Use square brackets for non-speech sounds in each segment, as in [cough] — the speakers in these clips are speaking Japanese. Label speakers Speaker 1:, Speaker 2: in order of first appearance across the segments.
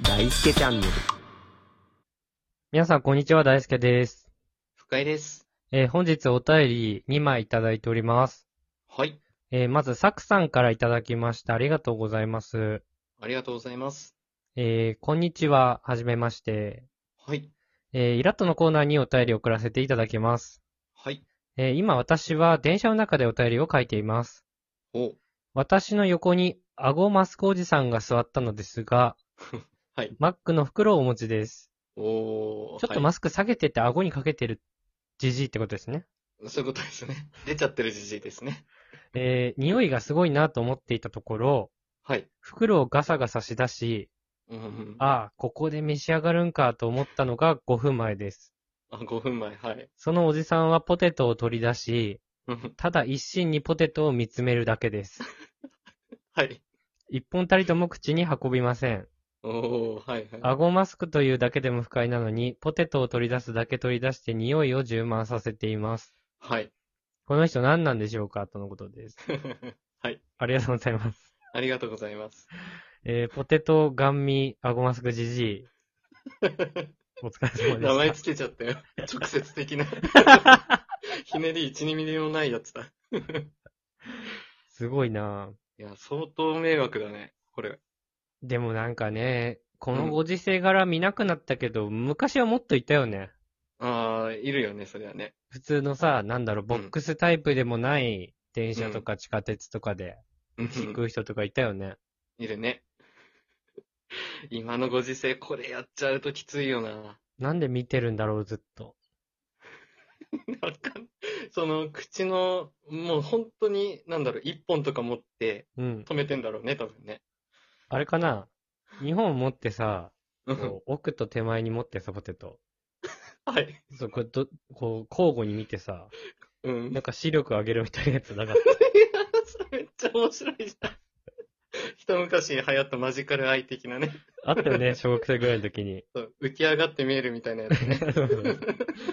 Speaker 1: 大輔チャンネル。
Speaker 2: 皆さん、こんにちは。大輔です。
Speaker 1: 深井です。
Speaker 2: えー本日お便り2枚いただいております。
Speaker 1: はい。
Speaker 2: えーまず、サクさんからいただきました。ありがとうございます。
Speaker 1: ありがとうございます。
Speaker 2: えーこんにちは。はじめまして。
Speaker 1: はい。
Speaker 2: えーイラットのコーナーにお便りを送らせていただきます。
Speaker 1: はい。
Speaker 2: えー今、私は電車の中でお便りを書いています。
Speaker 1: お、
Speaker 2: 私の横に、顎マスクおじさんが座ったのですが
Speaker 1: [laughs] はい
Speaker 2: マックの袋をお持ちです。
Speaker 1: お
Speaker 2: ちょっと
Speaker 1: ま
Speaker 2: マスク下げてて顎にかけてるじじいってことですね。
Speaker 1: そういうことですね。 [laughs] 出ちゃってるじじいですね。
Speaker 2: えー匂いがすごいなと思っていたところ、
Speaker 1: はい。
Speaker 2: 袋をガサガサし出し、
Speaker 1: うんうん、あ
Speaker 2: ああ、ここで召し上がるんかと思ったのが5分前です。
Speaker 1: 5分前。はい。
Speaker 2: そのおじさんはポテトを取り出し、
Speaker 1: うん
Speaker 2: ただ一心にポテトを見つめるだけです。
Speaker 1: はい。
Speaker 2: 一本たりとも口に運びません。
Speaker 1: おー、はいはい。
Speaker 2: 顎マスクというだけでも不快なのに、ポテトを取り出すだけ取り出して匂いを充満させています。
Speaker 1: はい。 [laughs]
Speaker 2: この人何なんでしょうかとのことです。ありがとうございます。
Speaker 1: ありがとうございます。
Speaker 2: えー、ポテト、ガンミ、顎マスク、ジジイ、お疲れ様でした。
Speaker 1: 名前つけちゃったよ。直接的 [laughs] な。ひねり1、2ミリもないやつだ。い
Speaker 2: すごいなぁ
Speaker 1: や、相当迷惑だね。これ。
Speaker 2: でもなんかね、こ
Speaker 1: うん
Speaker 2: のご時世柄見なくなったけど、昔はもっといたよね。
Speaker 1: あー、いるよね、それはね。
Speaker 2: 普通のさ、なんだろう、ボックスタイプでもない電車とか地下鉄とかで
Speaker 1: うん
Speaker 2: 聞く人とかいたよね。
Speaker 1: いるね。今のご時世、これやっちゃうときついよな。
Speaker 2: なんで見てるんだろう、ずっと。
Speaker 1: わかんその、口の、もう本当に、なんだろう、一本とか持って
Speaker 2: うん。
Speaker 1: 止めてんだろうね、多分ね。
Speaker 2: あれかな日本持ってさ、
Speaker 1: うん
Speaker 2: こう奥と手前に持ってさ、ポテト。
Speaker 1: はい。
Speaker 2: そう、こう、どこう交互に見てさ、
Speaker 1: うん。
Speaker 2: ないんか視力上げるみたいなやつなかっ [laughs]
Speaker 1: や、 [laughs] それめっちゃ面白いじゃん。一昔流行ったマジカルアイ的なね。
Speaker 2: た。あったよね、小学生ぐらいの時
Speaker 1: [laughs]
Speaker 2: に。
Speaker 1: そう浮き上がって見えるみたいなやつね。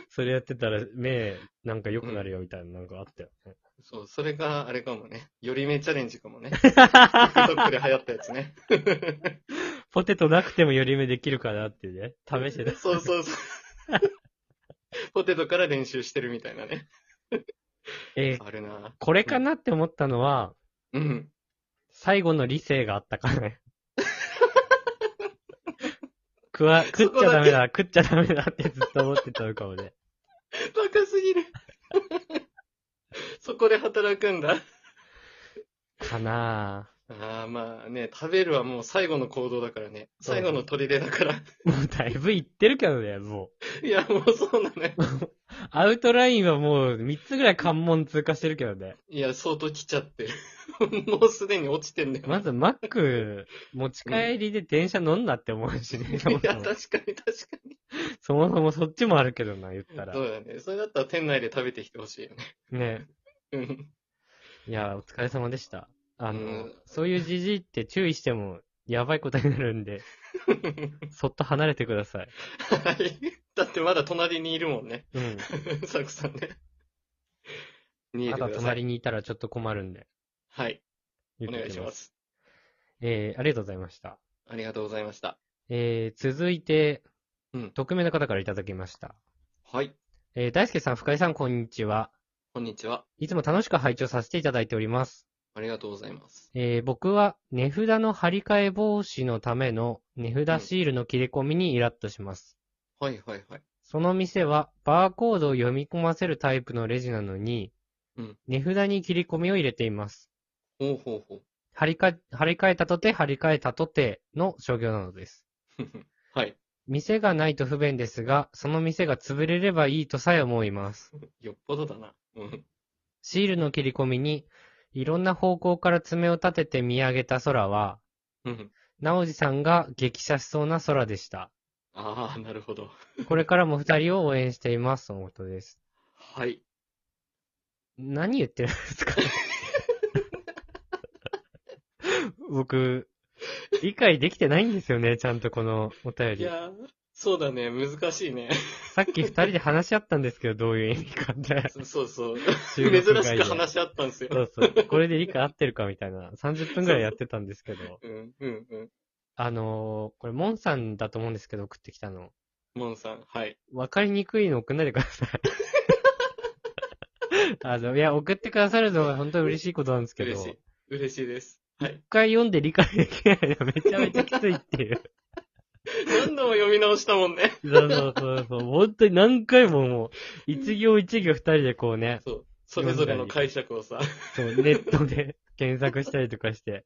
Speaker 2: それやってたら目、なんか良くなるよみたいな、なんかあったよね。
Speaker 1: そう、それがあれかもね。より目チャレンジかもね。TikTok で流行ったやつね。
Speaker 2: ポテトなくてもより目できるかなっていうね。試してた。
Speaker 1: そうそうそう。ポテトから練習してるみたいなね。
Speaker 2: えー
Speaker 1: あるな。
Speaker 2: これかなって思ったのは、
Speaker 1: うん。
Speaker 2: 最後の理性があったからね。食わ、食っちゃダメだ、食っちゃダメだってずっと思ってたのかもね。
Speaker 1: バカすぎる。 [laughs] そこで働くんだ。
Speaker 2: かな
Speaker 1: ああ、まあね、食べるはもう最後の行動だからね。最後の砦だから。
Speaker 2: ぁ。もうだいぶいってるけどね、も
Speaker 1: いや、もうそうなのよ。
Speaker 2: う。アウトラインはもう3つぐらい関門通過してるけどね。
Speaker 1: いや、相当来ちゃってる。 [laughs] もうすでに落ちてんだよ。
Speaker 2: まずマック、持ち帰りで電車乗んなって思うし [laughs] ね。そも
Speaker 1: い
Speaker 2: そ
Speaker 1: や、確
Speaker 2: も
Speaker 1: かに確かに。
Speaker 2: そもそもそっちもあるけどな、言ったら
Speaker 1: そ。うだね。それだったら店内で食べてきてほしいよね。
Speaker 2: ね。
Speaker 1: うん。
Speaker 2: いや、お疲れ様でした。あ
Speaker 1: う
Speaker 2: の
Speaker 1: ん、
Speaker 2: そういうじじいって注意しても、やばいことになる
Speaker 1: [laughs]
Speaker 2: んで、そっと離れてください。
Speaker 1: はい。だってまだ隣にいるもんね。 [laughs]
Speaker 2: うん。
Speaker 1: サクさんね。逃げてくだ
Speaker 2: まだ
Speaker 1: さい。
Speaker 2: 隣にいたらちょっと困るんで、
Speaker 1: はい。
Speaker 2: 言
Speaker 1: お
Speaker 2: っ
Speaker 1: 願
Speaker 2: と
Speaker 1: い
Speaker 2: き
Speaker 1: し
Speaker 2: ま。
Speaker 1: ますす。
Speaker 2: えー、ありがとうございました。
Speaker 1: ありがとうございました。
Speaker 2: えー、続いて、
Speaker 1: うん
Speaker 2: 匿名の方からいただきました。
Speaker 1: はい。
Speaker 2: えー、大輔さん、深井さん、こんにちは。
Speaker 1: こんにちは。
Speaker 2: いつも楽しく拝聴させていただいております。
Speaker 1: ありがとうございます。
Speaker 2: えー僕は値札の張り替え防止のための値札シールの切れ込みにイラッとします。
Speaker 1: はいはいはい。
Speaker 2: その店はバーコードを読み込ませるタイプのレジなのに、
Speaker 1: うん
Speaker 2: 値札に切り込みを入れています。
Speaker 1: ほうほうほう。
Speaker 2: 張り替え、張り替えたとて張り替えたとての商業なのです。
Speaker 1: はい。
Speaker 2: 店がないと不便ですが、その店が潰れればいいとさえ思います。
Speaker 1: よっぽどだな。うん。
Speaker 2: シールの切り込みに、いろんな方向から爪を立てて見上げた空は、
Speaker 1: うん。
Speaker 2: 直治さんが激写しそうな空でした。
Speaker 1: ああ、なるほど。
Speaker 2: これからも二人を応援しています。とのことです。
Speaker 1: はい。
Speaker 2: 何言ってるんですか僕、理解できてないんですよね、ちゃんとこのお便
Speaker 1: い
Speaker 2: り。
Speaker 1: やー、そうだね。難しいね。
Speaker 2: さっき二人で話し合ったんですけど、どういう意味
Speaker 1: [laughs]
Speaker 2: かって。
Speaker 1: そそうそう。
Speaker 2: 収
Speaker 1: 珍
Speaker 2: 録外で
Speaker 1: しく話し合ったんですよ。
Speaker 2: そうそう。これで理解合ってるかみたいな。30分くらいやってたんですけど、
Speaker 1: うん、うん、うん。
Speaker 2: あのーこれ、モンさんだと思うんですけど、送ってきたの。
Speaker 1: モンさん、はい。
Speaker 2: わかりにくいの送んないでくだ
Speaker 1: [laughs]
Speaker 2: さい。あの、いや、送ってくださるのが本当に嬉しいことなんですけど、
Speaker 1: 嬉し
Speaker 2: 一
Speaker 1: い。嬉しいです。はい。
Speaker 2: 回読んで理解できないのめちゃめちゃきついっていう。
Speaker 1: 何度も読み直したもんね。
Speaker 2: そうそうそうそう。本当に何回ももう、一行一行二人でこうね、
Speaker 1: そう。それぞれの解釈をさ。
Speaker 2: そう、ネットで検索したりとかして、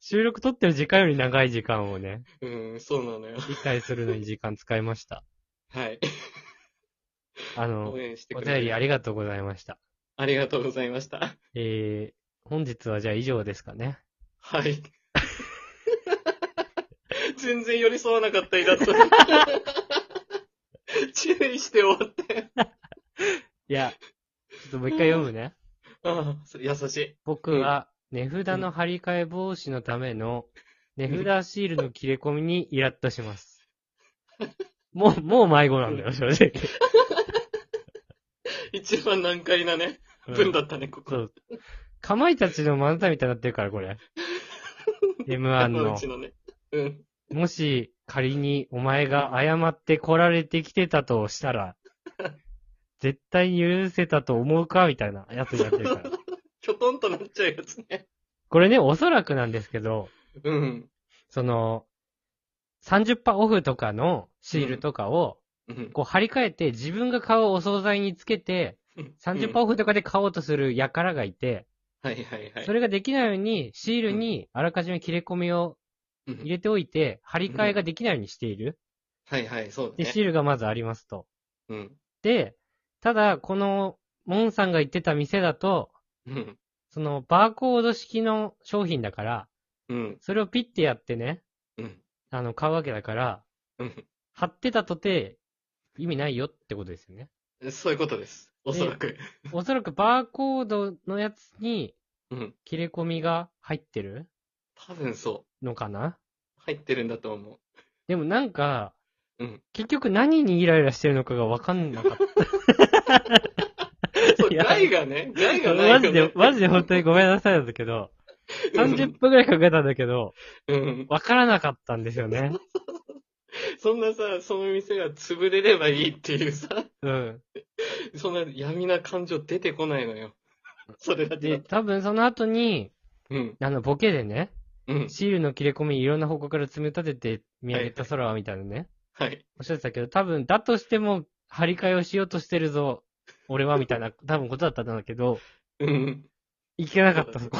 Speaker 2: 収録撮ってる時間より長い時間をね、
Speaker 1: うん、そうなのよ。
Speaker 2: 理解するのに時間使いました。
Speaker 1: はい。
Speaker 2: あの
Speaker 1: 応、援して
Speaker 2: お
Speaker 1: く
Speaker 2: 便
Speaker 1: れ
Speaker 2: り
Speaker 1: て。
Speaker 2: ありがとうございました。
Speaker 1: ありがとうございました。
Speaker 2: えー、本日はじゃあ以上ですかね。
Speaker 1: はい。 [laughs] 全然寄り添わなかったイラスト。 [laughs] 注意して終わって。
Speaker 2: いや、ちょっともう一回読むね。
Speaker 1: ああ、そ優しい。
Speaker 2: 僕は、値札の張り替え防止のための、値札シールの切れ込みにイラッとします。もう、もう迷子なんだよ、正直。
Speaker 1: 一番難解なね、文だったね、こ
Speaker 2: そ
Speaker 1: こ。
Speaker 2: う。かまいたちの漫才みたいになってるから、これ。M1 [laughs]
Speaker 1: 山
Speaker 2: の
Speaker 1: 内。のね。うん。
Speaker 2: もし、仮にお前が謝って来られてきてたとした [laughs] ら、絶対に許せたと思うかみたいなやつになってるから。
Speaker 1: きょとんとなっちゃうやつね。
Speaker 2: これね、おそらくなんですけど、
Speaker 1: うん。
Speaker 2: その、30%オフとかのシールとかを、
Speaker 1: うん。
Speaker 2: こう張り替えて、自分が買うお惣菜につけて、30%
Speaker 1: うん
Speaker 2: オフとかで買おうとする輩がいて、
Speaker 1: はいはいはい。
Speaker 2: それができないように、シールにあらかじめ切れ込みを
Speaker 1: うん
Speaker 2: 入れておいて、張り替えができないようにしている。
Speaker 1: はいはい、そう
Speaker 2: で、
Speaker 1: だね。
Speaker 2: シールがまずありますと。
Speaker 1: うん。
Speaker 2: で、ただ、この、モンさんが言ってた店だと、
Speaker 1: うん。
Speaker 2: その、バーコード式の商品だから、
Speaker 1: うん。
Speaker 2: それをピッてやってね、
Speaker 1: うん。
Speaker 2: あの、買うわけだから、
Speaker 1: うん
Speaker 2: 貼ってたとて、意味ないよってことですよ
Speaker 1: [laughs]
Speaker 2: ね。
Speaker 1: そういうことです。おそらく。
Speaker 2: おそらくバーコードのやつに
Speaker 1: うん。
Speaker 2: 切れ込みが入ってる
Speaker 1: 多分そ
Speaker 2: のかな
Speaker 1: う。入ってるんだと思
Speaker 2: でもなんか、
Speaker 1: う。うん。
Speaker 2: 結局何にイライラしてるのかがわかんなかった。
Speaker 1: そう、
Speaker 2: [laughs] いや
Speaker 1: 害がね、害が [laughs] ない
Speaker 2: マジ
Speaker 1: よね
Speaker 2: で、マジで本当にごめんなさいなんだけ
Speaker 1: [laughs]
Speaker 2: ど、30分くらいかけたんだけど、
Speaker 1: うん。
Speaker 2: わからなかったんですよね。
Speaker 1: そんなさ、その店が潰れればいいっていうさ、
Speaker 2: うん。
Speaker 1: そんな闇な感情出てこないのよ。それだけだ
Speaker 2: で、
Speaker 1: と。
Speaker 2: 多分その後に、
Speaker 1: うん。
Speaker 2: あの、ボケでね、
Speaker 1: うん。
Speaker 2: シールの切れ込みいろんな方向から積み立てて見上げた空はみたいなね、
Speaker 1: はい。
Speaker 2: おっしゃってたけど、多分、だとしても、張り替えをしようとしてるぞ、俺はみた
Speaker 1: [laughs]
Speaker 2: いな、多分ことだったんだけど、
Speaker 1: うん。
Speaker 2: 行けなかった、
Speaker 1: [laughs]
Speaker 2: そこ。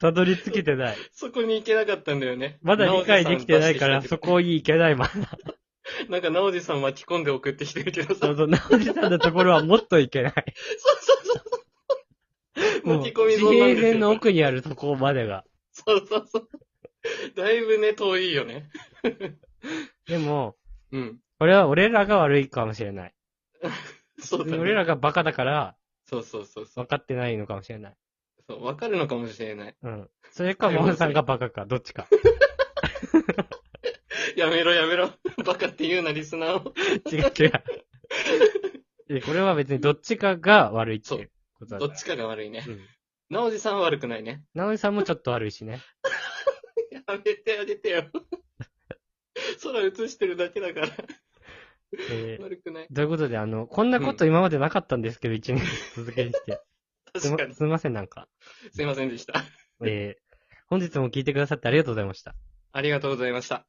Speaker 2: たどり着けてない。
Speaker 1: そこに行けなかったんだよね。
Speaker 2: まだ理解できてないから、
Speaker 1: 直樹
Speaker 2: そ
Speaker 1: さん出してきて
Speaker 2: こに行けないまま。
Speaker 1: なんか、直樹さん巻き込んで送ってきてるけどさ。
Speaker 2: そうそう、直樹さんのところはもっと行けない。
Speaker 1: そうそうそう。
Speaker 2: もう
Speaker 1: 巻き込み
Speaker 2: 地
Speaker 1: そうなん
Speaker 2: 平
Speaker 1: です
Speaker 2: 線の
Speaker 1: よ。
Speaker 2: 奥にあるとこまでが。
Speaker 1: そうそうそう。だいぶね、遠いよね。
Speaker 2: でも、
Speaker 1: うん。
Speaker 2: これは俺らが悪いかもしれない。
Speaker 1: そうだね。
Speaker 2: 俺らがバカだから、
Speaker 1: そうそうそうそう
Speaker 2: 分かってないのかもしれない。
Speaker 1: そう。わかるのかもしれない。
Speaker 2: うん。それか、モンさんがバカか、どっちか。
Speaker 1: やめろやめろ。バカって言うな、リスナーを。
Speaker 2: 違う違 [laughs] う。でこれは別にどっちかが悪いっていうこと
Speaker 1: ど
Speaker 2: だ
Speaker 1: っちかが悪いね。
Speaker 2: うん。
Speaker 1: 直樹さんは悪くないね。
Speaker 2: 直樹さんもちょっと悪いしね。
Speaker 1: やめてあげてよ。空映してるだけだから。
Speaker 2: えー
Speaker 1: 悪くない。
Speaker 2: ということで、あの、こんなこと今までなかったんですけど、一、年続けてきて。す
Speaker 1: 確
Speaker 2: み
Speaker 1: かに。
Speaker 2: すみません、なんか。
Speaker 1: すいませんでした。
Speaker 2: えー本日も聞いてくださってありがとうございました。
Speaker 1: ありがとうございました。